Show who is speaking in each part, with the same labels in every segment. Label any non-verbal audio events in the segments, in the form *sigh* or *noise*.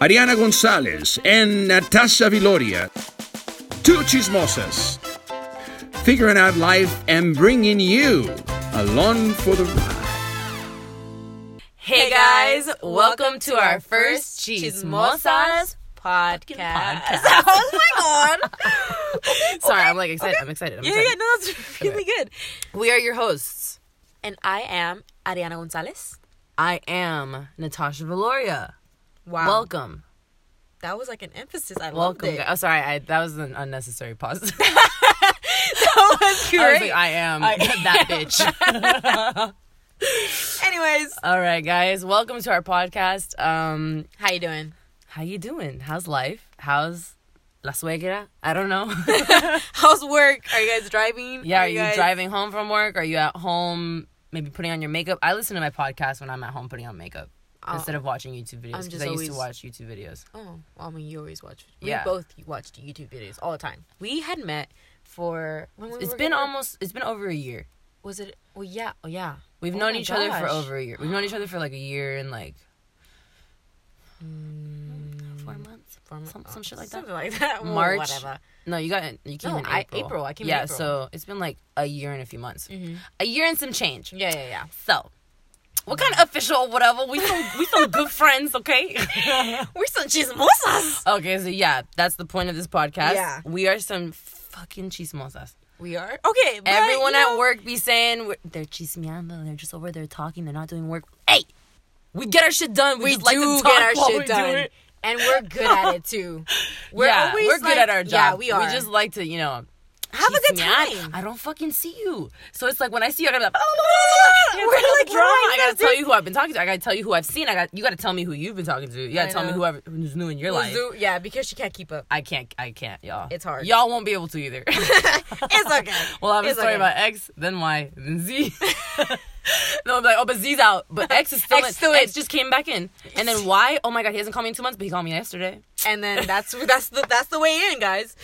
Speaker 1: Ariana González and Natasha Viloria, two chismosas, figuring out life and bringing you along for the ride.
Speaker 2: Hey guys, welcome to our first Chismosas podcast. *laughs* oh my god! Sorry, I'm like excited. I'm excited. I'm
Speaker 3: Yeah, yeah,
Speaker 2: excited.
Speaker 3: no, *laughs* that's really good.
Speaker 2: We are your hosts.
Speaker 3: And I am Ariana Gonzalez.
Speaker 2: I am Natasha Valoria.
Speaker 3: Wow.
Speaker 2: Welcome,
Speaker 3: that was like an emphasis. I loved
Speaker 2: Um, welcome.
Speaker 3: it.
Speaker 2: gu- Oh, sorry, I, that was an unnecessary pause.
Speaker 3: *laughs*
Speaker 2: *laughs*
Speaker 3: That was
Speaker 2: I was
Speaker 3: great.
Speaker 2: like, I am *laughs* that bitch.
Speaker 3: Anyways,
Speaker 2: All right, guys, welcome to our podcast. Um,
Speaker 3: how you doing?
Speaker 2: how you doing? How's life? How's la suegra? I don't *laughs* know.
Speaker 3: How's work? Are you guys driving?
Speaker 2: Yeah, are you
Speaker 3: guys-
Speaker 2: driving home from work? Are you at home maybe putting on your makeup? I listen to my podcast when I'm at home putting on makeup
Speaker 3: Oh.
Speaker 2: instead of watching YouTube videos
Speaker 3: I'm
Speaker 2: because
Speaker 3: just
Speaker 2: I used
Speaker 3: always-
Speaker 2: to watch YouTube videos.
Speaker 3: Oh, well, I mean, you always watch.
Speaker 2: Yeah.
Speaker 3: We both watched YouTube videos all the time. We had met for. When we
Speaker 2: It's
Speaker 3: were
Speaker 2: been
Speaker 3: gonna-
Speaker 2: almost it's been over a year.
Speaker 3: Was it? Well, yeah. Oh, yeah.
Speaker 2: We've
Speaker 3: Oh
Speaker 2: known
Speaker 3: my
Speaker 2: each other for
Speaker 3: gosh.
Speaker 2: over a year. We've known each other for like a year and like Mm, four months.
Speaker 3: From,
Speaker 2: Some- some shit like that.
Speaker 3: Something like that. *laughs* Well,
Speaker 2: March.
Speaker 3: Whatever.
Speaker 2: No, you got you came
Speaker 3: No,
Speaker 2: in
Speaker 3: I-
Speaker 2: April.
Speaker 3: April, I came in
Speaker 2: yeah,
Speaker 3: April.
Speaker 2: so it's been like a year and a few months. A year and some change.
Speaker 3: Yeah, yeah, yeah.
Speaker 2: So, what kind of official whatever? We some we some good friends, okay?
Speaker 3: *laughs* We're some chismosas.
Speaker 2: Okay, so yeah, that's the point of this podcast.
Speaker 3: Yeah.
Speaker 2: We are some fucking chismosas.
Speaker 3: We are okay. but,
Speaker 2: Everyone
Speaker 3: you
Speaker 2: at
Speaker 3: know-
Speaker 2: work be saying we're, they're chismeando, they're just over there talking, they're not doing work. Hey, we get our shit done. We,
Speaker 3: we
Speaker 2: just like
Speaker 3: do
Speaker 2: to talk
Speaker 3: get our
Speaker 2: while we
Speaker 3: shit
Speaker 2: do
Speaker 3: done.
Speaker 2: it.
Speaker 3: And we're good at it *laughs* too. We're
Speaker 2: yeah,
Speaker 3: always
Speaker 2: we're good
Speaker 3: like-
Speaker 2: at our job.
Speaker 3: Yeah, we are.
Speaker 2: We just like to, you know,
Speaker 3: Have a good
Speaker 2: chismear.
Speaker 3: time. Oh,
Speaker 2: I don't fucking see you, so it's like when I see you, I gotta be like, "Oh,
Speaker 3: We're
Speaker 2: We're
Speaker 3: like,
Speaker 2: like,
Speaker 3: why
Speaker 2: drama. I
Speaker 3: you
Speaker 2: gotta
Speaker 3: guys
Speaker 2: tell
Speaker 3: do-
Speaker 2: you who I've been talking to. I gotta tell you who I've seen. I got you gotta tell me who you've been talking to. You gotta
Speaker 3: I
Speaker 2: tell me
Speaker 3: know.
Speaker 2: whoever who's new in your
Speaker 3: We'll
Speaker 2: life.
Speaker 3: do- yeah, because she can't keep up.
Speaker 2: I can't. I can't, y'all.
Speaker 3: It's hard.
Speaker 2: Y'all won't be able to either.
Speaker 3: *laughs* It's *laughs* okay.
Speaker 2: We'll have a
Speaker 3: It's
Speaker 2: story
Speaker 3: okay.
Speaker 2: about X, then Y, then Z. *laughs* no, *laughs* I'm like, oh, but Z's out, but X is still
Speaker 3: X
Speaker 2: in.
Speaker 3: still
Speaker 2: X
Speaker 3: in.
Speaker 2: just came back in, and *laughs* then Y. Oh my God, he hasn't called me in two months, but he called me yesterday.
Speaker 3: And then that's that's the that's the way in, guys.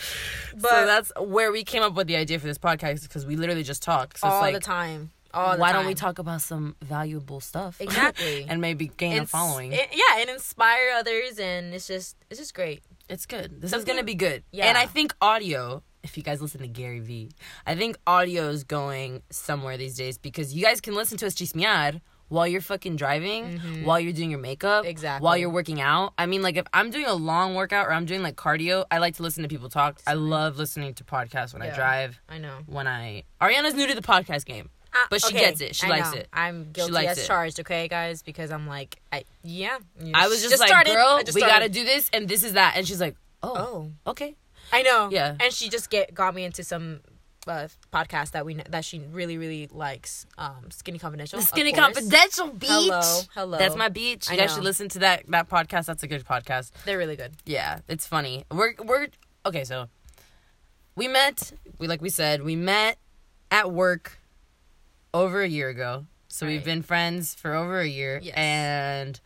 Speaker 3: But
Speaker 2: so that's where we came up with the idea for this podcast because we literally just talk. So
Speaker 3: all
Speaker 2: it's like,
Speaker 3: the time. All the
Speaker 2: why
Speaker 3: time.
Speaker 2: don't we talk about some valuable stuff
Speaker 3: *laughs* Exactly.
Speaker 2: *laughs* and maybe gain a
Speaker 3: Ins-
Speaker 2: following?
Speaker 3: it- yeah, and inspire others, and it's just it's just great.
Speaker 2: it's good. This is gonna be good.
Speaker 3: Yeah.
Speaker 2: And I think audio. If you guys listen to Gary V, I think audio is going somewhere these days because you guys can listen to us chismear while you're fucking driving, while you're doing your makeup,
Speaker 3: Mm-hmm. Exactly.
Speaker 2: while you're working out. I mean, like if I'm doing a long workout or I'm doing like cardio, I like to listen to people talk. I love listening to podcasts when I
Speaker 3: Yeah.
Speaker 2: drive.
Speaker 3: I know.
Speaker 2: When I Ariana's new to the podcast game,
Speaker 3: Uh,
Speaker 2: but she
Speaker 3: okay,
Speaker 2: gets it. She
Speaker 3: I
Speaker 2: likes
Speaker 3: know.
Speaker 2: it.
Speaker 3: I'm guilty
Speaker 2: likes
Speaker 3: as
Speaker 2: it.
Speaker 3: charged, okay, guys, because I'm like, I yeah.
Speaker 2: I was just, like,
Speaker 3: started.
Speaker 2: girl,
Speaker 3: I just
Speaker 2: we
Speaker 3: started.
Speaker 2: gotta do this and this is that, and she's like, oh, okay.
Speaker 3: I know.
Speaker 2: Yeah.
Speaker 3: And she just get got me into some uh, podcast that we kn- that she really really likes. Um, Skinny Confidential.
Speaker 2: The
Speaker 3: of
Speaker 2: Skinny
Speaker 3: course.
Speaker 2: Confidential beach.
Speaker 3: Hello, hello.
Speaker 2: That's my beach.
Speaker 3: I
Speaker 2: You guys should
Speaker 3: know.
Speaker 2: listen to that that podcast. That's a good podcast.
Speaker 3: They're really good.
Speaker 2: Yeah, it's funny. We're we're okay. So we met. We like we said we met at work over a year ago. So we've
Speaker 3: Right.
Speaker 2: been friends for over a year,
Speaker 3: Yes.
Speaker 2: and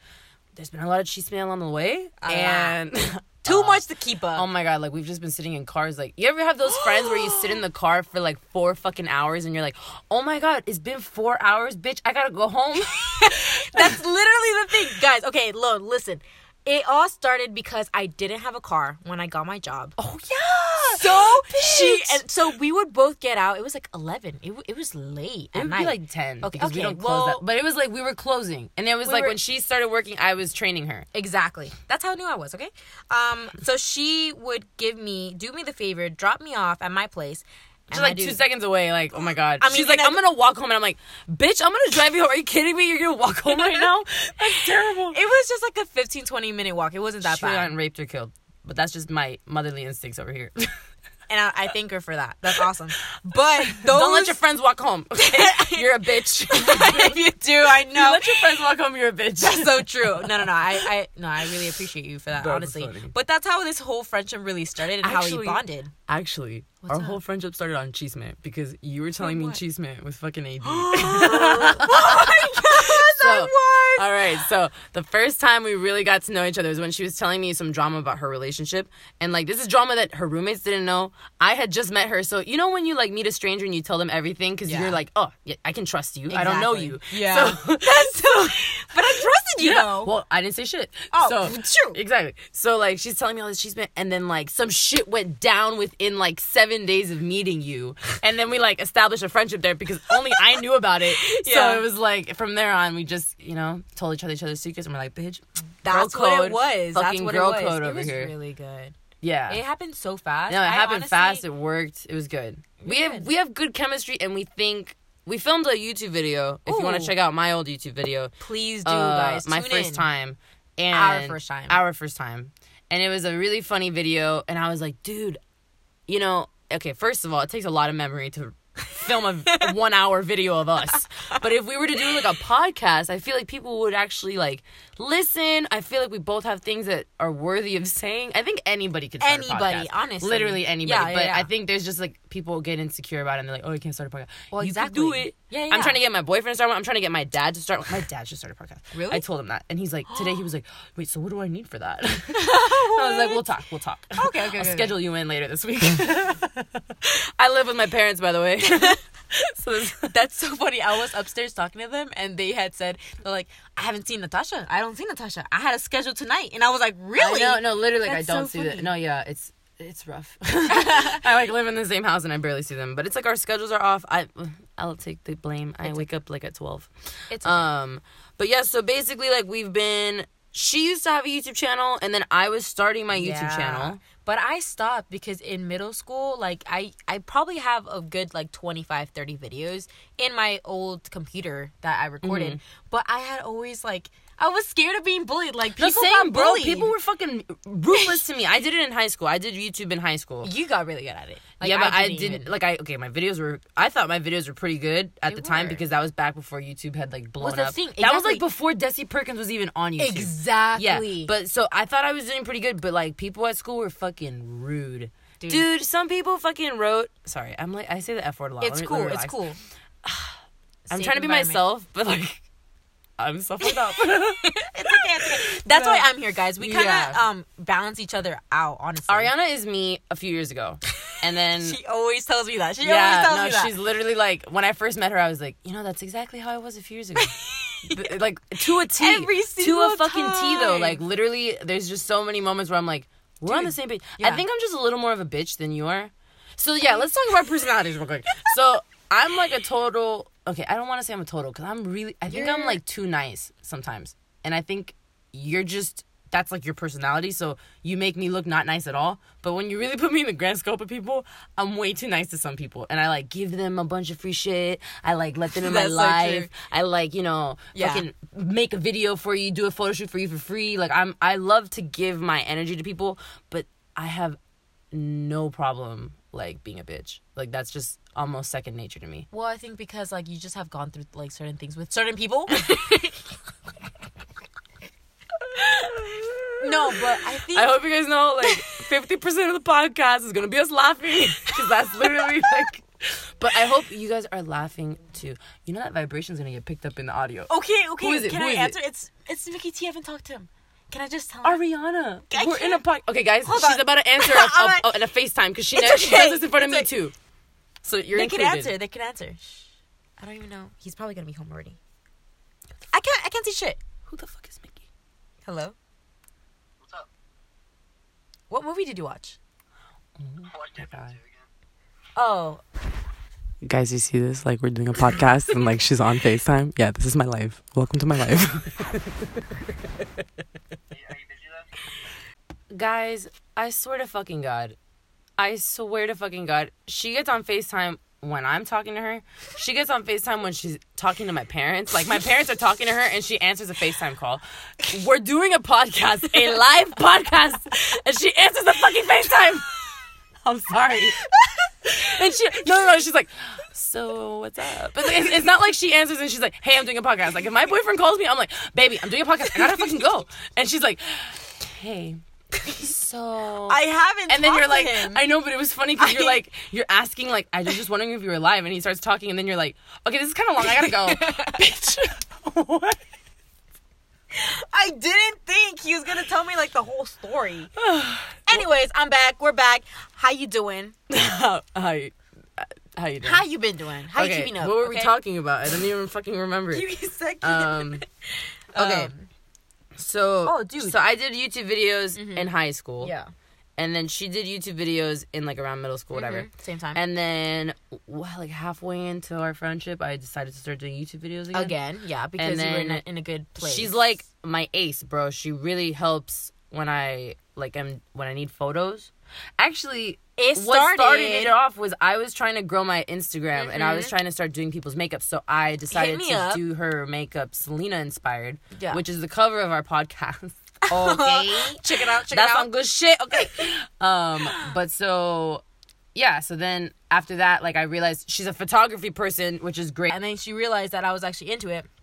Speaker 2: there's been a lot of cheese mail on the way,
Speaker 3: lot.
Speaker 2: and. *laughs*
Speaker 3: Too much to keep up.
Speaker 2: Oh my god, like we've just been sitting in cars. Like, you ever
Speaker 3: *gasps*
Speaker 2: have those friends where you sit in the car for like four fucking hours and you're like, oh my god, it's been four hours, bitch, I gotta go home.
Speaker 3: That's literally the thing, guys. Okay, look, listen. It all started because I didn't have a car when I got my job.
Speaker 2: Oh yeah.
Speaker 3: So she and so we would both get out. It was like eleven. It, w- it was late
Speaker 2: it
Speaker 3: at
Speaker 2: would
Speaker 3: night.
Speaker 2: be like ten.
Speaker 3: Okay,
Speaker 2: because we
Speaker 3: okay,
Speaker 2: don't close
Speaker 3: well-
Speaker 2: that. But it was like we were closing, and it was
Speaker 3: We
Speaker 2: like
Speaker 3: were-
Speaker 2: when she started working, I was training her.
Speaker 3: Exactly. That's how new I was, okay? Um, so she would give me, do me the favor, drop me off at my place. and
Speaker 2: She's
Speaker 3: I
Speaker 2: like
Speaker 3: do-
Speaker 2: two seconds away. Like, oh my god.
Speaker 3: I mean,
Speaker 2: She's like,
Speaker 3: and I-
Speaker 2: I'm gonna walk home, and I'm like, bitch, I'm gonna drive you home. Are you kidding me? You're gonna walk home
Speaker 3: *laughs*
Speaker 2: right now? That's terrible.
Speaker 3: It was just like a 15, 20 minute walk. It wasn't that
Speaker 2: She would have
Speaker 3: bad.
Speaker 2: gotten raped or killed. But that's just my motherly instincts
Speaker 3: *laughs*
Speaker 2: over here.
Speaker 3: And I, I thank her for that. That's awesome.
Speaker 2: *laughs*
Speaker 3: But those,
Speaker 2: Don't let your friends walk home.
Speaker 3: *laughs*
Speaker 2: Okay? You're a bitch.
Speaker 3: if you do, I
Speaker 2: You
Speaker 3: know.
Speaker 2: let your friends walk home. You're a bitch.
Speaker 3: That's so true. No, no, no. I, I, no, I really appreciate you for that,
Speaker 2: was
Speaker 3: honestly.
Speaker 2: funny.
Speaker 3: But that's how this whole friendship really started and how
Speaker 2: Actually-
Speaker 3: we
Speaker 2: *laughs*
Speaker 3: bonded.
Speaker 2: Actually, our whole friendship started on Cheese Man because you were telling me
Speaker 3: what?
Speaker 2: Cheese Man was
Speaker 3: *gasps*
Speaker 2: fucking AD.
Speaker 3: Yes, I
Speaker 2: So-
Speaker 3: was.
Speaker 2: All right, so the first time we really got to know each other was when she was telling me some drama about her relationship, and like this is drama that her roommates didn't know. I had just met her, so you know when you like meet a stranger and you tell them everything because
Speaker 3: Yeah.
Speaker 2: you're like, oh, yeah, I can trust you. I don't know
Speaker 3: Exactly.
Speaker 2: you.
Speaker 3: Yeah.
Speaker 2: So, *laughs*
Speaker 3: That's so, but I trusted *laughs* you
Speaker 2: Yeah.
Speaker 3: though?
Speaker 2: Well, I didn't say shit.
Speaker 3: Oh,
Speaker 2: so,
Speaker 3: true.
Speaker 2: Exactly. So like she's telling me all this. She's been, and then like some shit went down within like seven days of meeting you, and then we like established a friendship there because only I knew
Speaker 3: *laughs*
Speaker 2: about it.
Speaker 3: Yeah.
Speaker 2: So it was like from there on we just you know told each other each other's secrets and we're like bitch.
Speaker 3: That's
Speaker 2: girl
Speaker 3: what
Speaker 2: code,
Speaker 3: it was. That's
Speaker 2: Fucking
Speaker 3: what
Speaker 2: girl
Speaker 3: it was.
Speaker 2: code
Speaker 3: it
Speaker 2: over
Speaker 3: was
Speaker 2: here.
Speaker 3: really good.
Speaker 2: yeah.
Speaker 3: It happened so fast.
Speaker 2: no, it
Speaker 3: I
Speaker 2: happened
Speaker 3: honestly-
Speaker 2: fast. It worked. It was good. We have
Speaker 3: Good.
Speaker 2: we have good chemistry, and we think we filmed a YouTube video. If you want
Speaker 3: Ooh.
Speaker 2: to check out my old YouTube video,
Speaker 3: Please do,
Speaker 2: uh,
Speaker 3: guys.
Speaker 2: my
Speaker 3: Tune
Speaker 2: first
Speaker 3: in.
Speaker 2: time and
Speaker 3: Our first time.
Speaker 2: our first time and it was a really funny video and i was like dude you know okay first of all it takes a lot of memory to film
Speaker 3: *laughs*
Speaker 2: a, one hour video of us but if we were to do like a podcast i feel like people would actually like listen i feel like we both have things that are worthy of saying i think anybody could start a
Speaker 3: Anybody,
Speaker 2: podcast.
Speaker 3: honestly.
Speaker 2: literally anybody
Speaker 3: Yeah, yeah,
Speaker 2: but
Speaker 3: yeah.
Speaker 2: i think there's just like people get insecure about it and they're like oh i can't start a podcast
Speaker 3: Well,
Speaker 2: you
Speaker 3: exactly.
Speaker 2: can do it
Speaker 3: Yeah, yeah.
Speaker 2: i'm trying to get my boyfriend to start one i'm trying to get my dad to start one *sighs* my dad should start a podcast
Speaker 3: Really?
Speaker 2: i told him that and he's like today he was like wait so what do i need for that *laughs* i was like we'll talk we'll talk
Speaker 3: okay, okay,
Speaker 2: *laughs* i'll
Speaker 3: okay.
Speaker 2: schedule you in later this week *laughs* i live with my parents by the way so this,
Speaker 3: *laughs* That's so funny. I was upstairs talking to them, and they had said, "They're like, I haven't seen Natasha. I don't see Natasha. I had a schedule tonight." And I was like, "Really?
Speaker 2: no no literally like, *laughs* i
Speaker 3: That's
Speaker 2: don't
Speaker 3: so
Speaker 2: see that
Speaker 3: funny.
Speaker 2: no yeah it's it's rough *laughs* i like live in the same house and i barely see them but it's like our schedules are off i i'll take the blame i wake up like at 12
Speaker 3: It's
Speaker 2: Um, but yeah, so basically, like we've been. She used to have a YouTube channel, and then I was starting my YouTube
Speaker 3: Yeah.
Speaker 2: channel.
Speaker 3: But I stopped because in middle school, like I I probably have a good like 25 30 videos in my old computer that I recorded.
Speaker 2: Mm-hmm.
Speaker 3: But I had always like I was scared of being bullied. Like people
Speaker 2: The same,
Speaker 3: got
Speaker 2: bro.
Speaker 3: bullied.
Speaker 2: People were fucking ruthless to me. I did it in high school. I did YouTube in high school.
Speaker 3: You got really good at it.
Speaker 2: yeah, but I didn't,
Speaker 3: even-
Speaker 2: like I okay. My videos were. I thought my videos were pretty good at
Speaker 3: They
Speaker 2: the time
Speaker 3: were.
Speaker 2: because that was back before YouTube had like blown
Speaker 3: the
Speaker 2: up.
Speaker 3: thing,
Speaker 2: That was
Speaker 3: exactly.
Speaker 2: like before Desi Perkins was even on YouTube.
Speaker 3: exactly.
Speaker 2: Yeah, but so I thought I was doing pretty good, but like people at school were fucking rude.
Speaker 3: Dude.
Speaker 2: Dude, some people fucking wrote. Sorry, I'm like I say the f word a lot. Let
Speaker 3: it's
Speaker 2: me- let me
Speaker 3: cool. It's
Speaker 2: relax.
Speaker 3: cool.
Speaker 2: I'm
Speaker 3: Safe
Speaker 2: trying to be
Speaker 3: environment.
Speaker 2: myself, but like *laughs* I'm self
Speaker 3: *laughs*
Speaker 2: up.
Speaker 3: It's okay, it's
Speaker 2: *laughs*
Speaker 3: okay. That's why I'm here, guys. We kind of
Speaker 2: Yeah.
Speaker 3: um balance each other out, honestly.
Speaker 2: Ariana is me a few years ago, and then
Speaker 3: she always tells me that. She always
Speaker 2: yeah,
Speaker 3: tells
Speaker 2: no,
Speaker 3: me that.
Speaker 2: she's literally like when I first met her, I was like, you know, that's exactly how I was a few years
Speaker 3: *laughs*
Speaker 2: ago. But, Like to a T,
Speaker 3: Every
Speaker 2: to a
Speaker 3: single
Speaker 2: fucking T though.
Speaker 3: time.
Speaker 2: Like literally, there's just so many moments where I'm like, we're on the same page.
Speaker 3: yeah.
Speaker 2: I think I'm just a little more of a bitch than you are. So yeah, let's talk about personalities real
Speaker 3: *laughs*
Speaker 2: quick. So I'm like a total. Okay, I don't want to say I'm a total because I'm really. I think I'm
Speaker 3: You're-
Speaker 2: like too nice sometimes, and I think you're just. That's like your personality, so you make me look not nice at all. But when you really put me in the grand scope of people, I'm way too nice to some people, and I like give them a bunch of free shit. I like let them in
Speaker 3: *laughs*
Speaker 2: my
Speaker 3: That's so true.
Speaker 2: life. I like you know
Speaker 3: Yeah.
Speaker 2: fucking make a video for you, do a photo shoot for you for free. Like I'm I love to give my energy to people, but I have no problem like being a bitch. Like that's just almost second nature to me.
Speaker 3: Well, I think because like you just have gone through like certain things with certain
Speaker 2: *laughs*
Speaker 3: people. no, but I think
Speaker 2: I hope you guys know *laughs* like 50% of the podcast is going to be us laughing cuz that's literally like but I hope you guys are laughing too. You know that vibration's going to get picked up in the audio.
Speaker 3: okay, okay.
Speaker 2: Who is it?
Speaker 3: Can
Speaker 2: Who
Speaker 3: I
Speaker 2: is it?
Speaker 3: answer? It's it's Mickey T. I haven't talked to him. Can I just tell him?
Speaker 2: Ariana,
Speaker 3: I
Speaker 2: we're in a
Speaker 3: can't-
Speaker 2: podcast. Okay, guys,
Speaker 3: Hold
Speaker 2: she's
Speaker 3: on.
Speaker 2: about to answer a,
Speaker 3: *laughs* I'm
Speaker 2: a,
Speaker 3: like-
Speaker 2: a, in a FaceTime because she,
Speaker 3: It's
Speaker 2: never- she does
Speaker 3: okay.
Speaker 2: this in front of
Speaker 3: It's
Speaker 2: me
Speaker 3: okay.
Speaker 2: too. So you're
Speaker 3: They
Speaker 2: included.
Speaker 3: can answer. They can answer. Shh. I don't even know. He's probably gonna be home already. I can't. I can't see shit.
Speaker 2: Who the fuck is Mickey?
Speaker 3: Hello.
Speaker 4: What's up?
Speaker 3: What movie did you watch?
Speaker 4: What did I
Speaker 2: God.
Speaker 4: do again?
Speaker 3: Oh,
Speaker 5: Guys, you see this? Like, we're doing a podcast and like she's on FaceTime. Yeah, this is my life. Welcome to my life.
Speaker 4: Are you, are you busy though?
Speaker 2: *laughs* Guys, I swear to fucking God. I swear to fucking God. She gets on FaceTime when I'm talking to her. She gets on FaceTime when she's talking to my parents. Like, my parents are talking to her and she answers a FaceTime call. We're doing a podcast, a live podcast, and she answers the fucking FaceTime. *laughs* I'm sorry. And she, no, no, no, she's like, so what's up? But it's, it's not like she answers and she's like, hey, I'm doing a podcast. Like, if my boyfriend calls me, I'm like, baby, I'm doing a podcast. I gotta fucking go. And she's like, hey, so.
Speaker 3: I haven't.
Speaker 2: Oh. and then you're
Speaker 3: talked
Speaker 2: like,
Speaker 3: to him.
Speaker 2: I know, but it was funny because you're
Speaker 3: I-
Speaker 2: like, you're asking, like, I was just wondering if you were alive. And he starts talking, and then you're like, okay, this is kind of long. I gotta *laughs* go. Bitch. what?
Speaker 3: I didn't think he was gonna tell me like the whole
Speaker 2: *sighs*
Speaker 3: story. Anyways, I'm back. We're back. How you doing?
Speaker 2: how, how, you- how you doing?
Speaker 3: How you been doing? How you
Speaker 2: Okay,
Speaker 3: keeping up? *laughs*
Speaker 2: What were we
Speaker 3: okay?
Speaker 2: talking about? I don't even fucking remember.
Speaker 3: Give
Speaker 2: it.
Speaker 3: me a second.
Speaker 2: Um, okay.
Speaker 3: Um,
Speaker 2: Um, So
Speaker 3: Oh, dude.
Speaker 2: So I did YouTube videos in high school.
Speaker 3: Yeah.
Speaker 2: And then she did YouTube videos in like around middle school, whatever.
Speaker 3: Mhm. Same time.
Speaker 2: And then, well, like halfway into our friendship, I decided to start doing YouTube videos again.
Speaker 3: again, yeah, because you were in a,
Speaker 2: then
Speaker 3: in a good place. *laughs*
Speaker 2: She's like my ace, bro. She really helps when I like am when I need photos. Actually,
Speaker 3: It
Speaker 2: what started
Speaker 3: started- Mm-hmm.
Speaker 2: it off was I was trying to grow my Instagram and I was trying to start doing people's makeup, so I decided
Speaker 3: me
Speaker 2: to
Speaker 3: up.
Speaker 2: do her makeup, Selena inspired,
Speaker 3: Yeah.
Speaker 2: which is the cover of
Speaker 3: *laughs*
Speaker 2: our podcast. *laughs* okay,
Speaker 3: check it out, check
Speaker 2: that's
Speaker 3: it out.
Speaker 2: on good shit. Okay.
Speaker 3: *laughs*
Speaker 2: um, but so yeah, so then after that, like I realized she's a photography person, which is great.
Speaker 3: and then she realized that I was actually into it. *laughs*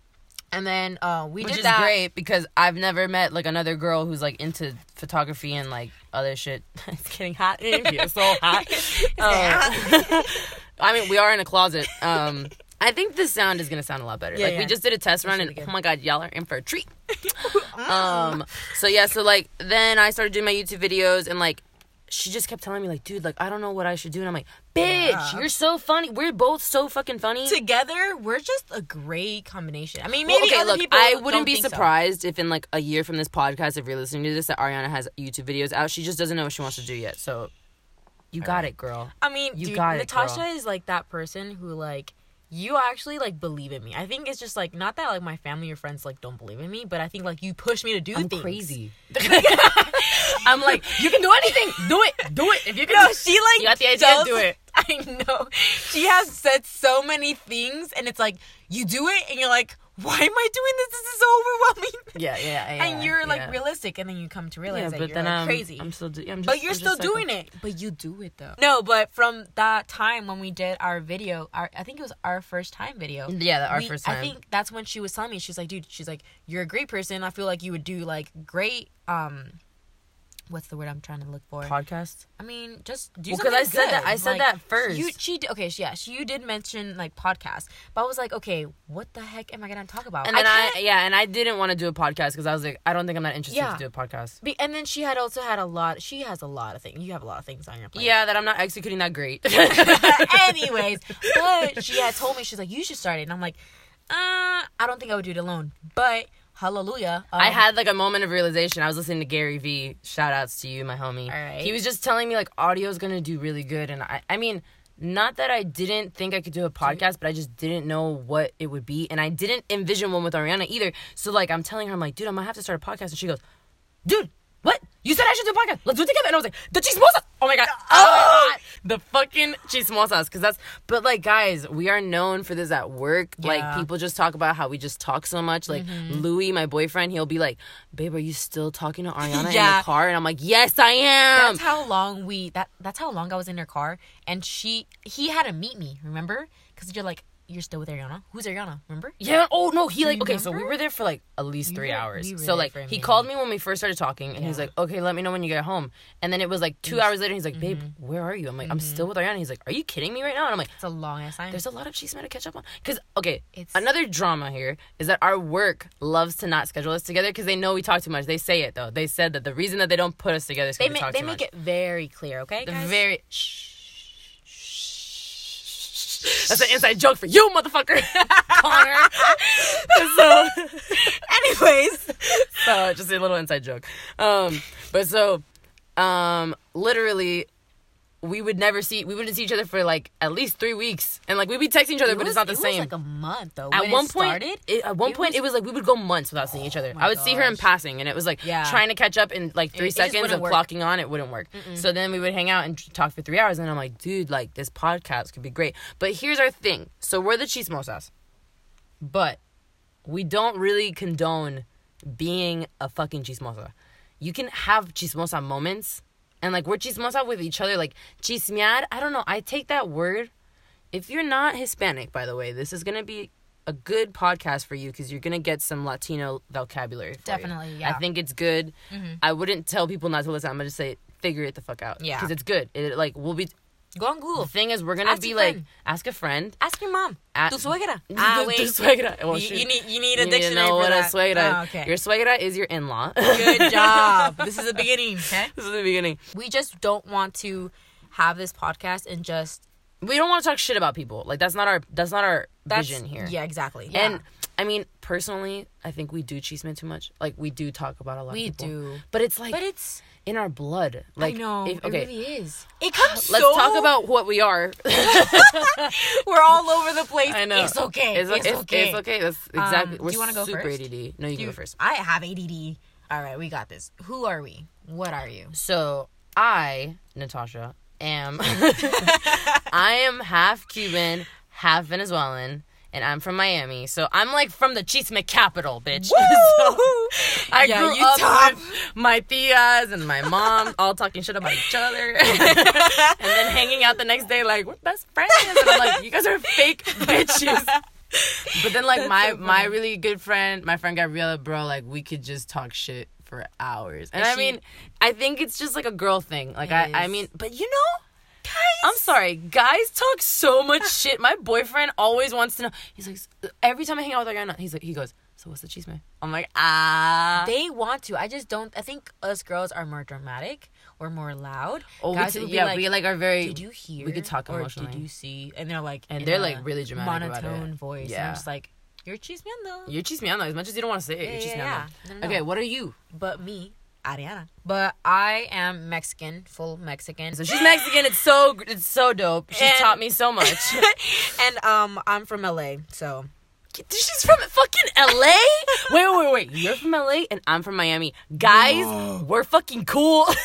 Speaker 3: And then uh, we
Speaker 2: which
Speaker 3: did
Speaker 2: is
Speaker 3: that.
Speaker 2: great because I've never met like another girl who's like into photography and like other *laughs* shit. it's getting hot *laughs* in here, so hot. *laughs* Um, I mean, we are in a closet. Um, I think the sound is gonna sound a lot better.
Speaker 3: Yeah,
Speaker 2: like we
Speaker 3: yeah.
Speaker 2: just did a test run, and oh my god, y'all are in for a
Speaker 3: *laughs*
Speaker 2: treat. um, so yeah, so like then I started doing my YouTube videos, and like she just kept telling me like, dude, like I don't know what I should do, and I'm like, bitch, you're so funny. We're both so fucking funny.
Speaker 3: Together, we're just a great combination. I mean,
Speaker 2: Well,
Speaker 3: maybe other people
Speaker 2: I
Speaker 3: don't
Speaker 2: wouldn't be
Speaker 3: think so.
Speaker 2: surprised if in like a year from this podcast, if you're listening to this, that Ariana has YouTube videos out. She just doesn't know what she wants to do yet. So, you got it, girl.
Speaker 3: I mean,
Speaker 2: You
Speaker 3: dude,
Speaker 2: got it,
Speaker 3: Natasha
Speaker 2: girl.
Speaker 3: is like that person who like you actually like believe in me. I think it's just like not that like my family or friends like don't believe in me, but I think like you push me to do
Speaker 2: I'm
Speaker 3: things.
Speaker 2: crazy. *laughs* I'm like, you can do anything. Do it. Do it. If you can.
Speaker 3: No,
Speaker 2: do-
Speaker 3: she like
Speaker 2: You got the idea,
Speaker 3: does-
Speaker 2: do it.
Speaker 3: *laughs* I know. She has said so many things, and it's like you do it, and you're like, why am I doing this? This is so *laughs* overwhelming.
Speaker 2: yeah, yeah, yeah.
Speaker 3: and you're like
Speaker 2: yeah.
Speaker 3: realistic, and then you come to realize
Speaker 2: Yeah,
Speaker 3: that
Speaker 2: but
Speaker 3: you're
Speaker 2: then
Speaker 3: like,
Speaker 2: I'm
Speaker 3: crazy.
Speaker 2: I'm still, do- I'm just,
Speaker 3: but you're
Speaker 2: I'm
Speaker 3: still
Speaker 2: just like a-
Speaker 3: doing it.
Speaker 2: But you do it though.
Speaker 3: No, but from that time when we did our video, our I think it was our first time video.
Speaker 2: Yeah, the- our
Speaker 3: we-
Speaker 2: first
Speaker 3: I
Speaker 2: time.
Speaker 3: think that's when she was telling me. She's like, dude, she's like, you're a great person. I feel like you would do like great. um What's the word I'm trying to look for?
Speaker 2: Podcast.
Speaker 3: I mean, just do
Speaker 2: Well, 'cause
Speaker 3: something
Speaker 2: I said that-
Speaker 3: good.
Speaker 2: I said
Speaker 3: Like,
Speaker 2: that first.
Speaker 3: You, she, d- okay, she, yeah, she, you did mention like podcast, but I was like, okay, what the heck am I gonna talk about?
Speaker 2: And then I,
Speaker 3: can't-
Speaker 2: yeah, and I didn't want to do a podcast because I was like, I don't think I'm that interested
Speaker 3: Yeah.
Speaker 2: to do a podcast.
Speaker 3: Be- and then she had also had a lot. She has a lot of things. You have a lot of things on your *laughs* plate.
Speaker 2: Yeah, that I'm not executing that *laughs* great.
Speaker 3: Anyways, but she had told me she's like, you should start it, and I'm like, uh, I don't think I would do it alone. But hallelujah, um,
Speaker 2: I had like a moment of realization. I was listening to Gary V. Shout outs to you, my homie.
Speaker 3: All right.
Speaker 2: He was just telling me like audio's gonna do really good, and I, I mean, not that I didn't think I could do a podcast, but I just didn't know what it would be, and I didn't envision one with Ariana either. So like, I'm telling her, I'm like, dude, I'm gonna have to start a podcast, and she goes, dude. What? You said I should do a podcast. Let's do it together. And I was like, the chismosas. Oh my god. Oh, my god. The fucking chismosas. Because that's. But like, guys, we are known for this at work. Like,
Speaker 3: Yeah. Mm-hmm.
Speaker 2: people just talk about how we just talk so much. Like, Louis, my boyfriend, he'll be like, "Babe, are you still
Speaker 3: *laughs*
Speaker 2: talking to Ariana in
Speaker 3: Yeah.
Speaker 2: the car?" And I'm like, "Yes, I am."
Speaker 3: That's how long we that that's how long I was in her car, and she he had to meet me. Remember? Because you're like you're still with Ariana. Who's Ariana? Remember?
Speaker 2: Yeah. Oh no, he like okay. So we
Speaker 3: remember?
Speaker 2: were there for like at least
Speaker 3: We
Speaker 2: three
Speaker 3: were-
Speaker 2: hours.
Speaker 3: we were
Speaker 2: so
Speaker 3: there
Speaker 2: like
Speaker 3: for a
Speaker 2: he
Speaker 3: minute.
Speaker 2: called me when we first started talking, and he was like, "Okay, let me know when you get home." And then it was like two hours later, and he's like, "Babe,
Speaker 3: Mm-hmm.
Speaker 2: where are you?" I'm like, "I'm still with Ariana." He's like, "Are you kidding me right now?" And I'm like,
Speaker 3: It's a long ass time.
Speaker 2: "There's a lot of she's meant to catch up on." Because okay,
Speaker 3: It's-
Speaker 2: another drama here is that our work loves to not schedule us together because they know we talk too much. They say it though. They said that the reason that they don't put us together is
Speaker 3: they
Speaker 2: because
Speaker 3: make
Speaker 2: we talk
Speaker 3: they
Speaker 2: too
Speaker 3: make
Speaker 2: much.
Speaker 3: it very clear. Okay,
Speaker 2: The
Speaker 3: guys?
Speaker 2: very. That's an inside joke for you, motherfucker. *laughs*
Speaker 3: *laughs*
Speaker 2: Connor. so, *laughs*
Speaker 3: Anyways,
Speaker 2: so just a little inside joke. Um, but so, um, literally, we would never see we wouldn't see each other for like at least three weeks, and like we'd be texting each other, but it's not the
Speaker 3: it was
Speaker 2: same.
Speaker 3: like a month though.
Speaker 2: at
Speaker 3: when
Speaker 2: one
Speaker 3: it
Speaker 2: point,
Speaker 3: started,
Speaker 2: it- at one
Speaker 3: it
Speaker 2: point,
Speaker 3: was- Oh
Speaker 2: it was like we would go months without seeing each other.
Speaker 3: my
Speaker 2: I would see her in
Speaker 3: gosh.
Speaker 2: passing, and it was like
Speaker 3: Yeah.
Speaker 2: trying to catch up in like three
Speaker 3: it just
Speaker 2: seconds
Speaker 3: wouldn't
Speaker 2: of
Speaker 3: work.
Speaker 2: clocking on. It wouldn't work. So then we would hang out and tr- talk for three hours, and I'm like, dude, like this podcast could be great. But here's our thing: so we're the chismosas, but we don't really condone being a fucking chismosa. You can have chismosa moments, and like we're chismosa with each other. Like chismear, I don't know. I take that word. If you're not Hispanic, by the way, this is gonna be a good podcast for you because you're gonna get some Latino vocabulary. For you.
Speaker 3: Definitely, yeah. Mm-hmm.
Speaker 2: I think it's good. I wouldn't tell people not to listen. I'm gonna just say figure it the fuck out.
Speaker 3: Yeah.
Speaker 2: because it's good. It like we'll be.
Speaker 3: go on Google.
Speaker 2: The thing is, we're gonna
Speaker 3: Ask
Speaker 2: be
Speaker 3: your
Speaker 2: like
Speaker 3: friend.
Speaker 2: ask a friend.
Speaker 3: Ask your mom.
Speaker 2: At-
Speaker 3: tu
Speaker 2: *laughs*
Speaker 3: suegra. Ah, wait.
Speaker 2: Tu suegra. Well,
Speaker 3: you,
Speaker 2: shoot.
Speaker 3: you need you need
Speaker 2: You
Speaker 3: a
Speaker 2: need to
Speaker 3: dictionary
Speaker 2: know
Speaker 3: for
Speaker 2: what
Speaker 3: that.
Speaker 2: a suegra.
Speaker 3: Ah,
Speaker 2: is.
Speaker 3: okay.
Speaker 2: Your suegra is
Speaker 3: *laughs*
Speaker 2: your in-law. *laughs*
Speaker 3: Good job. this is the beginning. Okay.
Speaker 2: this is the beginning.
Speaker 3: We just don't want to have this podcast and just
Speaker 2: We don't want to talk shit about people. Like that's not our that's not our
Speaker 3: that's,
Speaker 2: vision here.
Speaker 3: Yeah, exactly.
Speaker 2: And I mean, personally, I think we do cheeseman too much. Like we do talk about a lot.
Speaker 3: We
Speaker 2: of people.
Speaker 3: do.
Speaker 2: but it's like
Speaker 3: But it's
Speaker 2: in our blood. Like
Speaker 3: I know
Speaker 2: if- okay,
Speaker 3: it really
Speaker 2: *sighs*
Speaker 3: is. It comes.
Speaker 2: let's
Speaker 3: so-
Speaker 2: talk about what we are.
Speaker 3: We're all over the place.
Speaker 2: I
Speaker 3: *laughs*
Speaker 2: know
Speaker 3: It's okay. It's, okay. Um,
Speaker 2: It's okay. That's exactly.
Speaker 3: do
Speaker 2: we're
Speaker 3: you wanna go
Speaker 2: super
Speaker 3: first?
Speaker 2: ADD. No, you
Speaker 3: You
Speaker 2: go
Speaker 3: go first.
Speaker 2: first.
Speaker 3: I have ADD. All right, we got this. Who are we? What are you?
Speaker 2: So I, Natasha,
Speaker 3: *laughs*
Speaker 2: am I am half Cuban, half Venezuelan, and I'm from Miami. So I'm like from the Chisme capital, bitch. *laughs* So, I
Speaker 3: Yeah,
Speaker 2: grew
Speaker 3: you
Speaker 2: up
Speaker 3: top.
Speaker 2: with my tias and my mom all talking shit about each other, *laughs* and
Speaker 3: *laughs*
Speaker 2: then hanging out the next day like we're best friends. And I'm like, you guys are
Speaker 3: *laughs*
Speaker 2: fake bitches. But then like my my really good friend, my friend Gabriela, bro, like we could just talk shit for hours. And, I
Speaker 3: she-
Speaker 2: mean, I think it's just like a girl thing. Like
Speaker 3: It
Speaker 2: I I
Speaker 3: is.
Speaker 2: mean, but you know, I'm sorry, guys talk so much
Speaker 3: *laughs*
Speaker 2: shit. My boyfriend always wants to know. He's like, every time I hang out with Ariana, he's like, he goes, so what's the cheese man? I'm like, ah.
Speaker 3: They want to. I just don't. I think us girls are more dramatic. We're more loud.
Speaker 2: Oh, we
Speaker 3: Guys
Speaker 2: t-
Speaker 3: would be
Speaker 2: yeah, we like are very.
Speaker 3: Did you hear?
Speaker 2: We could talk
Speaker 3: or
Speaker 2: emotionally.
Speaker 3: Did you see? And they're like,
Speaker 2: And
Speaker 3: in a
Speaker 2: they're, like, really dramatic about it.
Speaker 3: monotone voice. And
Speaker 2: Yeah.
Speaker 3: I'm just like, you're cheese man though.
Speaker 2: You're cheese man, though, as much as you don't want to say it.
Speaker 3: Yeah,
Speaker 2: you're cheese
Speaker 3: yeah,
Speaker 2: man.
Speaker 3: yeah.
Speaker 2: though.
Speaker 3: No, no, no.
Speaker 2: Okay, what are you?
Speaker 3: But me, Ariana. But I am Mexican, full Mexican.
Speaker 2: So she's Mexican. It's so gr- it's so dope. She
Speaker 3: And-
Speaker 2: taught me so much.
Speaker 3: *laughs* and um, I'm from LA, so
Speaker 2: *laughs* She's from fucking LA? wait, wait, wait. You're from LA and I'm from Miami. Guys, we're fucking cool. *laughs*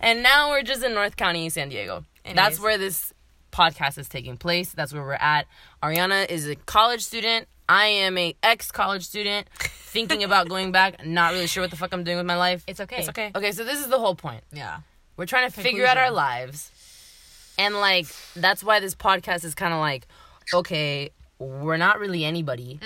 Speaker 2: and now we're just in North County, San Diego. That's
Speaker 3: Anyways.
Speaker 2: where this podcast is taking place. That's where we're at. Ariana is a college student. I am a ex-college student thinking about going back, not really sure what the fuck I'm doing with my life.
Speaker 3: It's okay.
Speaker 2: It's okay. Okay, so this is the whole point.
Speaker 3: yeah.
Speaker 2: We're trying to figure out our
Speaker 3: Conclusion.
Speaker 2: lives. And like that's why this podcast is kind of like okay, we're not really anybody.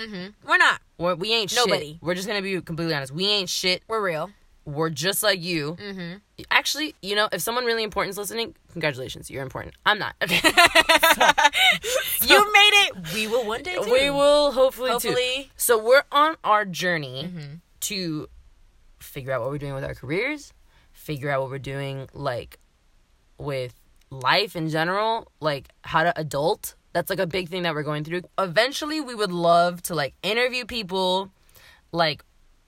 Speaker 3: We're not.
Speaker 2: We're, we ain't
Speaker 3: Nobody.
Speaker 2: shit. We're just gonna be completely honest. We ain't shit.
Speaker 3: We're real.
Speaker 2: We're just like you. Mm-hmm. Actually, you know, if someone really important's listening, congratulations, you're important. I'm not.
Speaker 3: *laughs*
Speaker 2: *laughs*
Speaker 3: you made it. We will one day. Too.
Speaker 2: we will hopefully. too.
Speaker 3: Hopefully.
Speaker 2: So we're on our journey
Speaker 3: Mm-hmm.
Speaker 2: to figure out what we're doing with our careers, figure out what we're doing like with life in general, like how to adult. That's like a big thing that we're going through. Eventually, we would love to like interview people, like,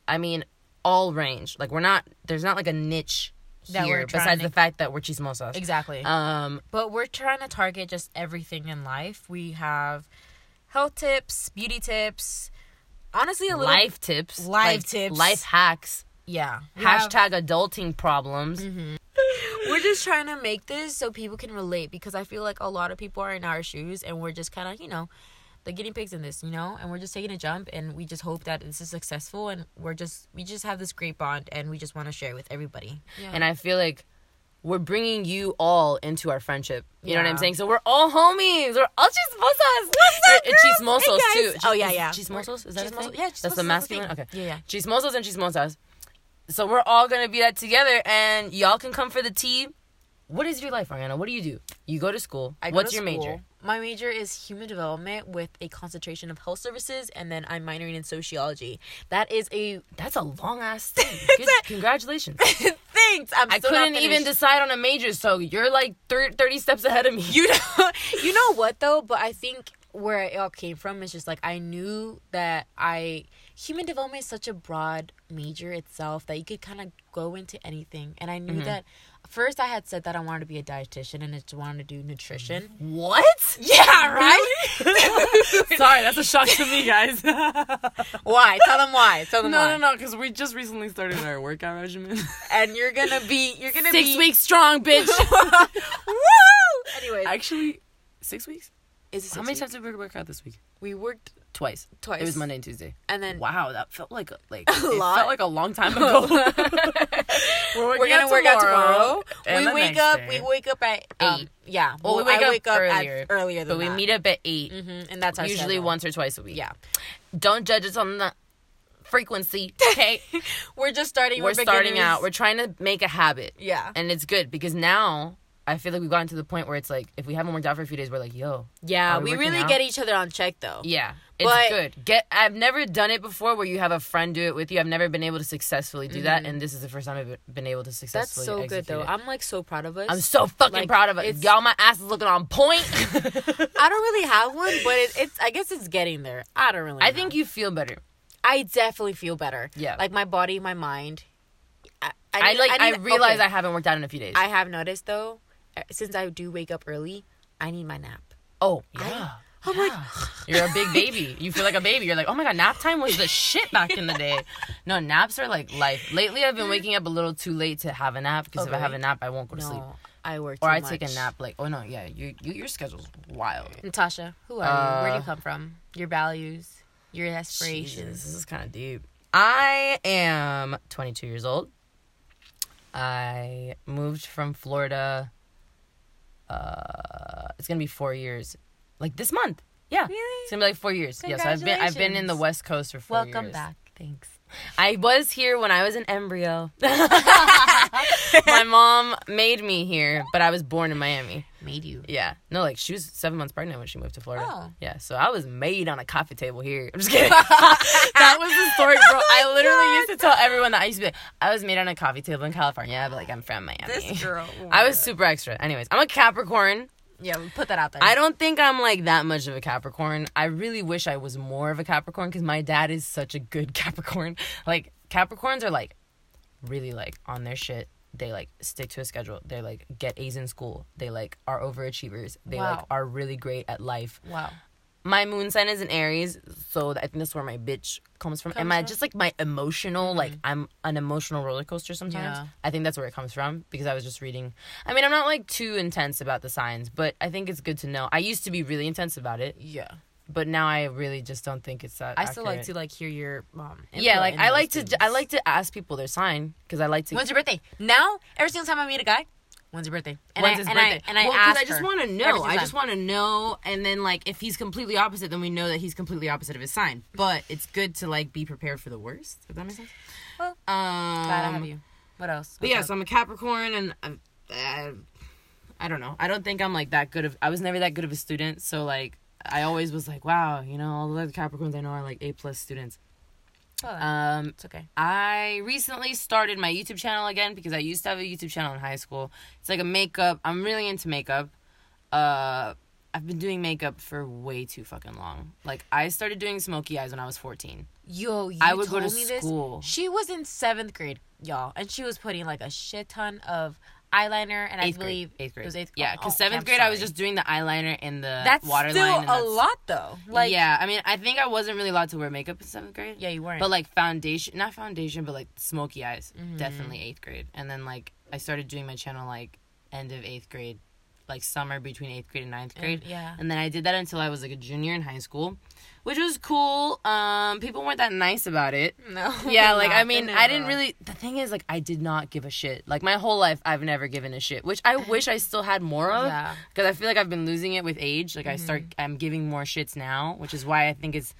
Speaker 2: I mean, all range. Like we're not there's not like a niche
Speaker 3: That we're
Speaker 2: here
Speaker 3: trying
Speaker 2: besides
Speaker 3: to-
Speaker 2: the fact that we're chismosas.
Speaker 3: Exactly.
Speaker 2: Um,
Speaker 3: but we're trying to target just everything in life. We have health tips, beauty tips, honestly, a little
Speaker 2: life tips,
Speaker 3: Life tips.
Speaker 2: life hacks.
Speaker 3: Yeah.
Speaker 2: Hashtag adulting problems.
Speaker 3: We're just trying to make this so people can relate because I feel like a lot of people are in our shoes and we're just kind of, you know, the guinea pigs in this, you know, and we're just taking a jump and we just hope that this is successful and we're just, we just have this great bond and we just want to share it with everybody. Yeah.
Speaker 2: And I feel like we're bringing you all into our friendship. You know what I'm
Speaker 3: Yeah.
Speaker 2: saying? So we're all homies. We're all chismosas.
Speaker 3: What's up,
Speaker 2: Eh, eh,
Speaker 3: girls?
Speaker 2: Chismosos,
Speaker 3: Hey,
Speaker 2: too.
Speaker 3: guys. Oh, yeah, yeah.
Speaker 2: Chismosos? Is that a
Speaker 3: Chismoso-
Speaker 2: thing?
Speaker 3: yeah,
Speaker 2: That's
Speaker 3: chismosos is a
Speaker 2: the masculine?
Speaker 3: thing.
Speaker 2: Okay.
Speaker 3: Yeah, yeah.
Speaker 2: Chismosos and chismosas. So we're all going to be that together, and y'all can come for the tea. What is your life, Ariana? What do you do? You go to school.
Speaker 3: I go
Speaker 2: What's
Speaker 3: to
Speaker 2: your
Speaker 3: school.
Speaker 2: major?
Speaker 3: My major is human development with a concentration of health services, and then I'm minoring in sociology. That is a
Speaker 2: That's a long *laughs* ass thing. Good, congratulations.
Speaker 3: *laughs* thanks. I'm
Speaker 2: I
Speaker 3: still not
Speaker 2: couldn't even
Speaker 3: finished.
Speaker 2: decide on a major, so you're like thir- 30 steps ahead of me.
Speaker 3: you
Speaker 2: *laughs*
Speaker 3: know you know what though but i think where it all came from is just like i knew that i human development is such a broad major itself that you could kind of go into anything and i knew that first i had said that i wanted to be a dietitian and i just wanted to do nutrition
Speaker 2: What?
Speaker 3: yeah right *laughs*
Speaker 2: Sorry, that's a shock to me, guys.
Speaker 3: why tell them why tell them why
Speaker 2: No, no, no, because we just recently started our workout regimen.
Speaker 3: and you're *laughs* gonna be you're gonna
Speaker 2: six
Speaker 3: be
Speaker 2: weeks
Speaker 3: *laughs*
Speaker 2: strong, bitch.
Speaker 3: woo anyways
Speaker 2: Actually, six weeks.
Speaker 3: is it
Speaker 2: How many times did we work out this week?
Speaker 3: we worked
Speaker 2: Twice.
Speaker 3: Twice.
Speaker 2: It was Monday and Tuesday.
Speaker 3: and then
Speaker 2: Wow, that felt like a-
Speaker 3: *laughs*
Speaker 2: like it
Speaker 3: lot.
Speaker 2: felt like
Speaker 3: *laughs*
Speaker 2: a long time ago. *laughs* We're, working
Speaker 3: we're gonna work out tomorrow.
Speaker 2: and
Speaker 3: we
Speaker 2: the
Speaker 3: wake
Speaker 2: next
Speaker 3: up.
Speaker 2: day.
Speaker 3: We wake up at um,
Speaker 2: Eight.
Speaker 3: Yeah.
Speaker 2: Well,
Speaker 3: Well,
Speaker 2: we wake
Speaker 3: I
Speaker 2: up
Speaker 3: wake up earlier,
Speaker 2: earlier,
Speaker 3: at, earlier than
Speaker 2: but we meet up at 8
Speaker 3: mm-hmm, and that's our
Speaker 2: usually
Speaker 3: schedule.
Speaker 2: once or twice a week.
Speaker 3: Yeah.
Speaker 2: Don't judge us on the
Speaker 3: *laughs*
Speaker 2: frequency. Okay.
Speaker 3: We're just starting.
Speaker 2: we're starting
Speaker 3: beginners.
Speaker 2: out. We're trying to make a habit.
Speaker 3: Yeah.
Speaker 2: And it's good because now I feel like we've gotten to the point where it's like if we haven't worked out for a few days, we're like, yo,
Speaker 3: Yeah,
Speaker 2: Are
Speaker 3: we
Speaker 2: we working
Speaker 3: really
Speaker 2: out?
Speaker 3: get each other on check though.
Speaker 2: yeah, it's
Speaker 3: But-
Speaker 2: good. Get. I've never done it before where you have a friend do it with you. I've never been able to successfully do that, and this is the first time I've been able to
Speaker 3: Mm-hmm. That's
Speaker 2: successfully.
Speaker 3: so good
Speaker 2: execute
Speaker 3: though.
Speaker 2: it.
Speaker 3: I'm like so proud of us.
Speaker 2: I'm so fucking
Speaker 3: Like,
Speaker 2: proud of it.
Speaker 3: it's-
Speaker 2: Y'all, my ass is looking on point.
Speaker 3: *laughs* I don't really have one, but it, it's I guess it's getting there. I don't really.
Speaker 2: I
Speaker 3: know.
Speaker 2: think you feel better.
Speaker 3: I definitely feel better.
Speaker 2: Yeah.
Speaker 3: like my body, my mind. I,
Speaker 2: I,
Speaker 3: need-
Speaker 2: like. I,
Speaker 3: need-
Speaker 2: realize
Speaker 3: okay.
Speaker 2: I haven't worked out in a few days.
Speaker 3: I have noticed though,
Speaker 2: e,
Speaker 3: uh, since I do wake up early, I need my nap.
Speaker 2: oh yeah.
Speaker 3: I'm like, *sighs*
Speaker 2: You're a big baby. You feel like a baby. You're like, oh my god, nap time was the shit back in the day. No, naps are like life. Lately, I've been waking up a little too late to have a nap because if I have a nap, I won't go to sleep.
Speaker 3: no, I work.
Speaker 2: Or
Speaker 3: too
Speaker 2: I take a
Speaker 3: much.
Speaker 2: nap. Like, oh no, yeah, you, you your schedule's wild.
Speaker 3: Natasha, who are you? Where do
Speaker 2: Uh,
Speaker 3: you come from? Your values, your aspirations.
Speaker 2: Jesus, this is kind of deep. I am 22 years old. I moved from Florida. Uh, it's gonna be four years, like this month. Yeah,
Speaker 3: Really?
Speaker 2: It's gonna be like four years. Yes, I've been I've been in the
Speaker 3: Congratulations.
Speaker 2: West Coast for four years.
Speaker 3: Welcome back. Thanks.
Speaker 2: I was here when I was an
Speaker 3: *laughs*
Speaker 2: embryo. *laughs* My mom made me here, but I was born in Miami.
Speaker 3: Made you.
Speaker 2: Yeah. No, like she was seven months pregnant when she moved to Florida.
Speaker 3: Oh.
Speaker 2: Yeah. So I was made on a coffee table here. I'm just kidding. *laughs* that was the story, bro. I literally used to tell everyone that I used to be like, I was made on a coffee table in California, but like I'm from Miami.
Speaker 3: *laughs* girl.
Speaker 2: I was super extra. Anyways, I'm a Capricorn.
Speaker 3: Yeah, we put that out there.
Speaker 2: I don't think I'm like that much of a Capricorn. I really wish I was more of a Capricorn because my dad is such a good *laughs* Capricorn. Like Capricorns are like really like on their shit. They like stick to a schedule. They like get A's in school. They like are overachievers. They like
Speaker 3: Wow.
Speaker 2: are really great at life.
Speaker 3: Wow.
Speaker 2: My moon sign is an Aries, so I think that's where my bitch comes from. and my just like my emotional, like I'm an emotional roller coaster sometimes.
Speaker 3: Mm-hmm. Yeah.
Speaker 2: I think that's where it comes from because I was just reading. I mean, I'm not like too intense about the signs, but I think it's good to know. I used to be really intense about it,
Speaker 3: Yeah.
Speaker 2: but now I really just don't think it's that.
Speaker 3: I still like to
Speaker 2: accurate.
Speaker 3: like hear your um, mom.
Speaker 2: Yeah, like I like to j- I like to ask people their sign because I like to.
Speaker 3: When's your birthday? Now, every single time I meet a guy, when's your birthday? And
Speaker 2: When's
Speaker 3: I,
Speaker 2: his
Speaker 3: and
Speaker 2: birthday?
Speaker 3: I, and I
Speaker 2: Well, 'cause
Speaker 3: ask
Speaker 2: I just
Speaker 3: her
Speaker 2: want to
Speaker 3: every
Speaker 2: know.
Speaker 3: single
Speaker 2: I just
Speaker 3: time.
Speaker 2: want to know, and then like if he's completely opposite, then we know that he's completely opposite of his sign. But it's good to like be prepared for the worst. If that makes sense.
Speaker 3: Well,
Speaker 2: um,
Speaker 3: Glad I have you. What else?
Speaker 2: But
Speaker 3: What's
Speaker 2: yeah,
Speaker 3: up?
Speaker 2: so I'm a Capricorn, and I'm, I, I don't know. I don't think I'm like that good of. I was never that good of a student, so like I always was like, wow, you know, all the other Capricorns I know are like A plus students.
Speaker 3: Well,
Speaker 2: Um,
Speaker 3: it's okay.
Speaker 2: I recently started my YouTube channel again because I used to have a YouTube channel in high school. It's like a makeup. I'm really into makeup. Uh, I've been doing makeup for way too fucking long. Like I started doing smoky eyes when I was 14.
Speaker 3: Yo, you
Speaker 2: I would go
Speaker 3: told
Speaker 2: to
Speaker 3: me
Speaker 2: school.
Speaker 3: This. She was in seventh grade, y'all, and she was putting like a shit ton of eyeliner, and I
Speaker 2: Eighth
Speaker 3: believe
Speaker 2: grade. Eighth grade.
Speaker 3: it was eighth.
Speaker 2: yeah, because
Speaker 3: oh,
Speaker 2: seventh
Speaker 3: I'm
Speaker 2: grade I was
Speaker 3: sorry.
Speaker 2: just doing the eyeliner and the
Speaker 3: that's
Speaker 2: waterline.
Speaker 3: still
Speaker 2: and
Speaker 3: a
Speaker 2: that's-
Speaker 3: lot though. Like
Speaker 2: yeah, I mean, I think I wasn't really allowed to wear makeup in seventh grade.
Speaker 3: Yeah, you weren't.
Speaker 2: But like foundation, not foundation, but like smoky eyes, definitely eighth grade. And then like I started doing my channel like end of eighth grade, like summer between eighth grade and ninth grade.
Speaker 3: yeah.
Speaker 2: And then I did that until I was like a junior in high school, which was cool. Um, people weren't that nice about it.
Speaker 3: *laughs* no. *laughs*
Speaker 2: *laughs* Yeah, like I
Speaker 3: not
Speaker 2: mean,
Speaker 3: the
Speaker 2: I didn't
Speaker 3: never.
Speaker 2: really. The thing is, like, I did not give a shit. Like my whole life, I've never given a shit, which I wish I still had more of.
Speaker 3: Yeah. Mm-hmm.
Speaker 2: Because I feel like I've been losing it with age. Like I start, I'm giving more shits now, which is why I think it's.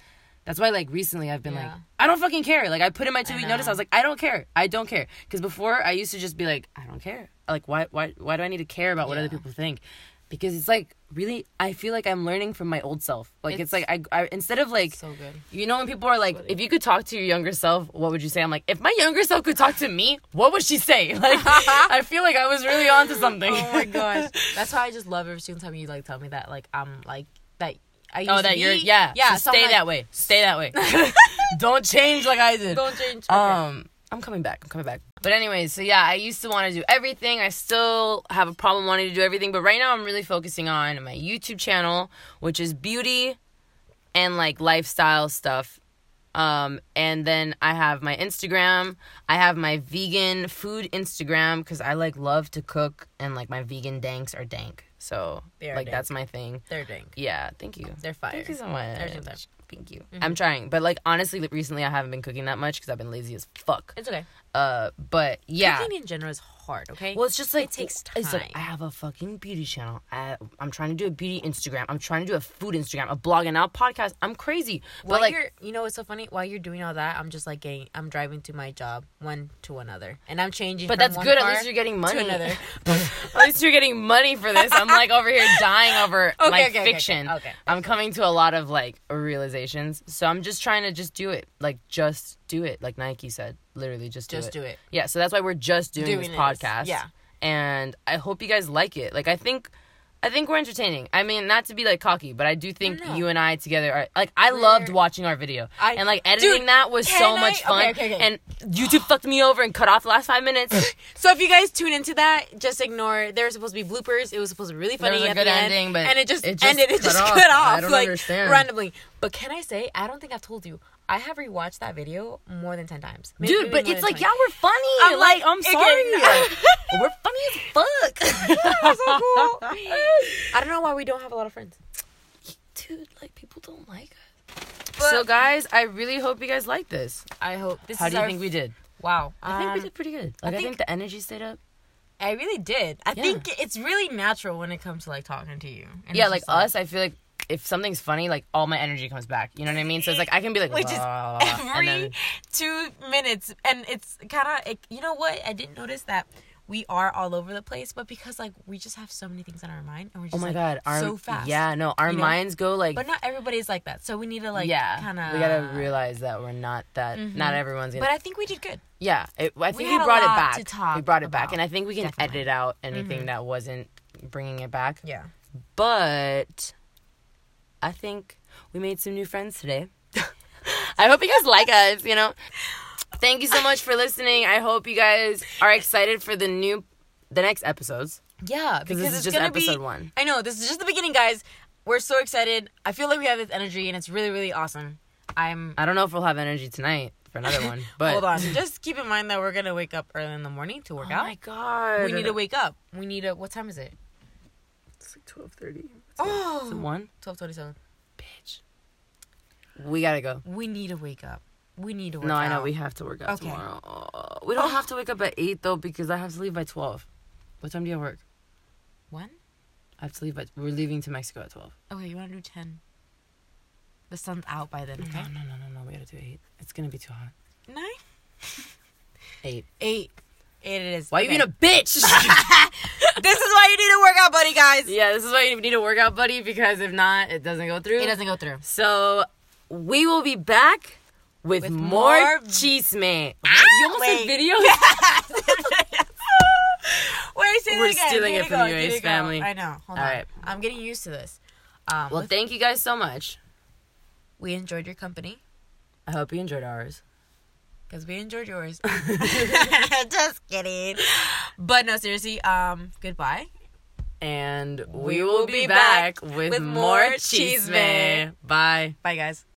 Speaker 2: That's why, like recently, I've been like,
Speaker 3: Yeah.
Speaker 2: I don't fucking care. Like I put in my two week
Speaker 3: know.
Speaker 2: notice. I was like, I don't care. I don't care. Because before, I used to just be like, I don't care. Like why, why, why do I need to care about what other
Speaker 3: Yeah.
Speaker 2: people think? Because it's like really, I feel like I'm learning from my old self. Like it's, like I, I instead of like
Speaker 3: so good.
Speaker 2: you know when people are like, if you could talk to your younger self, what would you say? I'm like, if my younger self could talk to me, what would she say? *laughs*
Speaker 3: *laughs*
Speaker 2: Like, I feel like I was really onto something.
Speaker 3: Oh
Speaker 2: *laughs*
Speaker 3: my gosh, that's why I just love every single time you like tell me that like I'm like that. I used
Speaker 2: oh,
Speaker 3: to
Speaker 2: that
Speaker 3: be.
Speaker 2: you're yeah
Speaker 3: yeah.
Speaker 2: yeah.
Speaker 3: so I'm
Speaker 2: stay
Speaker 3: like,
Speaker 2: that way. Stay
Speaker 3: *laughs*
Speaker 2: that way. Don't change like I did.
Speaker 3: Don't change. Okay.
Speaker 2: Um, I'm coming back. I'm coming back. But anyways, so yeah, I used to want to do everything. I still have a problem wanting to do everything, but right now I'm really focusing on my YouTube channel, which is beauty and like lifestyle stuff. Um, and then I have my Instagram. I have my vegan food Instagram because I like love to cook and like my vegan danks are dank. So
Speaker 3: They are
Speaker 2: like
Speaker 3: dank.
Speaker 2: that's my thing.
Speaker 3: they're dank.
Speaker 2: Yeah, thank you.
Speaker 3: They're fire.
Speaker 2: Thank you so much.
Speaker 3: They're so dank.
Speaker 2: Thank you.
Speaker 3: Mm-hmm.
Speaker 2: I'm trying, but like honestly, like, recently I haven't been cooking that much because I've been lazy as fuck.
Speaker 3: It's okay.
Speaker 2: Uh, but yeah,
Speaker 3: Cooking in general is hard, okay?
Speaker 2: Well, it's just like
Speaker 3: it takes time.
Speaker 2: It's like I have a fucking beauty channel. I, I'm trying to do a beauty Instagram. I'm trying to do a food Instagram, a blogging out podcast. I'm crazy,
Speaker 3: while
Speaker 2: but like
Speaker 3: you're, you know, it's so funny. While you're doing all that, I'm just like getting, I'm driving to my job, one to another, and I'm changing.
Speaker 2: But
Speaker 3: from
Speaker 2: that's
Speaker 3: one
Speaker 2: good. At
Speaker 3: car
Speaker 2: least you're getting money.
Speaker 3: To
Speaker 2: *laughs*
Speaker 3: another.
Speaker 2: At least you're getting money for this. I'm like over here dying over
Speaker 3: *laughs* Okay,
Speaker 2: like
Speaker 3: okay, okay,
Speaker 2: fiction.
Speaker 3: okay, okay.
Speaker 2: I'm coming to a lot of like realizations. So I'm just trying to just do it. Like just do it. Like Nike said, literally just do
Speaker 3: Just
Speaker 2: it.
Speaker 3: do it.
Speaker 2: Yeah. So that's why we're just doing,
Speaker 3: Doing
Speaker 2: this
Speaker 3: this,
Speaker 2: podcast.
Speaker 3: yeah.
Speaker 2: And I hope you guys like it. Like I think. I think we're entertaining. I mean, not to be like cocky, but I do think
Speaker 3: No.
Speaker 2: you and I together are like I loved watching our video
Speaker 3: I-
Speaker 2: and like editing
Speaker 3: Dude,
Speaker 2: that was
Speaker 3: can
Speaker 2: so
Speaker 3: I-
Speaker 2: much
Speaker 3: okay,
Speaker 2: fun.
Speaker 3: okay, okay.
Speaker 2: And YouTube fucked me over and cut off the last
Speaker 3: *laughs*
Speaker 2: five minutes.
Speaker 3: So if you guys tune into that, just ignore. There were supposed to be bloopers. It was supposed to be really
Speaker 2: There
Speaker 3: funny
Speaker 2: was a
Speaker 3: at
Speaker 2: good
Speaker 3: the end,
Speaker 2: ending, but
Speaker 3: and it just,
Speaker 2: it just
Speaker 3: ended. It
Speaker 2: cut
Speaker 3: just *laughs*
Speaker 2: off.
Speaker 3: cut
Speaker 2: I
Speaker 3: off
Speaker 2: don't
Speaker 3: like
Speaker 2: understand.
Speaker 3: randomly. But can I say, I don't think I've told you. I have rewatched that video more than ten times, Maybe-
Speaker 2: Dude,
Speaker 3: maybe
Speaker 2: but
Speaker 3: more
Speaker 2: it's
Speaker 3: than
Speaker 2: like,
Speaker 3: 20.
Speaker 2: y'all were funny.
Speaker 3: I'm
Speaker 2: like,
Speaker 3: like,
Speaker 2: I'm
Speaker 3: again.
Speaker 2: sorry.
Speaker 3: *laughs*
Speaker 2: Like, we're funny as fuck. *laughs*
Speaker 3: so cool. *laughs* I don't know why we don't have a lot of friends.
Speaker 2: Dude, like, people don't like us. so, guys, I really hope you guys like this.
Speaker 3: I hope this
Speaker 2: How
Speaker 3: is
Speaker 2: do you
Speaker 3: our
Speaker 2: think we did?
Speaker 3: wow.
Speaker 2: I think we
Speaker 3: Um,
Speaker 2: did pretty good. Like, I think,
Speaker 3: think-
Speaker 2: the energy stayed up.
Speaker 3: I really did. I
Speaker 2: Yeah.
Speaker 3: think it's really natural when it comes to like talking to you. And
Speaker 2: Yeah,
Speaker 3: it's
Speaker 2: like
Speaker 3: just
Speaker 2: us, I feel like if something's funny, like, all my energy comes back. You know what I mean? So, it's like, I can be like,
Speaker 3: Which is
Speaker 2: "Blah, blah, blah," and
Speaker 3: every
Speaker 2: then-
Speaker 3: two minutes, and it's kind of you know what I didn't notice that we are all over the place, but because like we just have so many things on our mind, and we're just
Speaker 2: oh my
Speaker 3: like,
Speaker 2: God. Our,
Speaker 3: so fast.
Speaker 2: Yeah, no, our
Speaker 3: you know?
Speaker 2: minds go like.
Speaker 3: But not everybody's like that, so we need to like
Speaker 2: yeah,
Speaker 3: kind of
Speaker 2: we gotta realize that we're not that. Not everyone's gonna.
Speaker 3: But I think we did good.
Speaker 2: Yeah, it, I think we,
Speaker 3: had a
Speaker 2: brought it
Speaker 3: lot
Speaker 2: back.
Speaker 3: to talk
Speaker 2: we brought it back,
Speaker 3: about,
Speaker 2: and I think we can
Speaker 3: definitely. Mm-hmm.
Speaker 2: edit out anything that wasn't bringing it back.
Speaker 3: Yeah.
Speaker 2: But I think we made some new friends today. *laughs* I hope you guys like us. You know, thank you so much for listening. I hope you guys are excited for the new, the next episodes.
Speaker 3: Yeah, because
Speaker 2: this is
Speaker 3: it's
Speaker 2: just
Speaker 3: gonna
Speaker 2: episode
Speaker 3: be,
Speaker 2: one.
Speaker 3: I know this is just the beginning, guys. We're so excited. I feel like we have this energy, and it's really, really awesome. I'm.
Speaker 2: I don't know if we'll have energy tonight for
Speaker 3: *laughs*
Speaker 2: another one, but
Speaker 3: Hold
Speaker 2: *laughs*
Speaker 3: on. just keep in mind that we're gonna wake up early in the morning to work
Speaker 2: Oh
Speaker 3: out.
Speaker 2: my god,
Speaker 3: We need to wake up. We need to. What time is it?
Speaker 2: It's like twelve thirty.
Speaker 3: Oh,
Speaker 2: One,
Speaker 3: twelve twenty-seven.
Speaker 2: bitch. We gotta go.
Speaker 3: We need to wake up. We need to work
Speaker 2: No, I know
Speaker 3: out.
Speaker 2: we have to work out
Speaker 3: Okay.
Speaker 2: tomorrow. Oh, we don't have to wake up at eight though because I have to leave by twelve. What time do you have work?
Speaker 3: One?
Speaker 2: I have to leave by. We're leaving to Mexico at twelve.
Speaker 3: Okay, you want to do 10. The sun's out by then,
Speaker 2: No,
Speaker 3: okay?
Speaker 2: Oh, no, no, no, no. We gotta do eight. It's gonna be too hot.
Speaker 3: Nine?
Speaker 2: Mm-hmm. *laughs* Eight.
Speaker 3: Eight. Eight it is.
Speaker 2: Why
Speaker 3: okay.
Speaker 2: you being a *laughs* bitch?
Speaker 3: *laughs* This is why you need to work out, buddy, guys.
Speaker 2: yeah, this is why you need a workout buddy because if not, it doesn't go through.
Speaker 3: It doesn't go through.
Speaker 2: So we will be back with,
Speaker 3: With
Speaker 2: more, Ah,
Speaker 3: more-
Speaker 2: chisme. you almost
Speaker 3: wait.
Speaker 2: said video.
Speaker 3: *laughs*
Speaker 2: *laughs*
Speaker 3: Wait, say that
Speaker 2: We're
Speaker 3: again.
Speaker 2: stealing
Speaker 3: Here
Speaker 2: it
Speaker 3: we
Speaker 2: from
Speaker 3: go,
Speaker 2: you,
Speaker 3: here we
Speaker 2: Ace
Speaker 3: go.
Speaker 2: family.
Speaker 3: I know. Hold on.
Speaker 2: All right.
Speaker 3: I'm getting used to this. Um,
Speaker 2: well,
Speaker 3: with-
Speaker 2: thank you guys so much.
Speaker 3: we enjoyed your company
Speaker 2: I hope you enjoyed *laughs* ours.
Speaker 3: because we enjoyed yours. *laughs* Just kidding. But no, seriously. Um, goodbye.
Speaker 2: And we, will be back, with, more chisme. Bye.
Speaker 3: Bye, guys.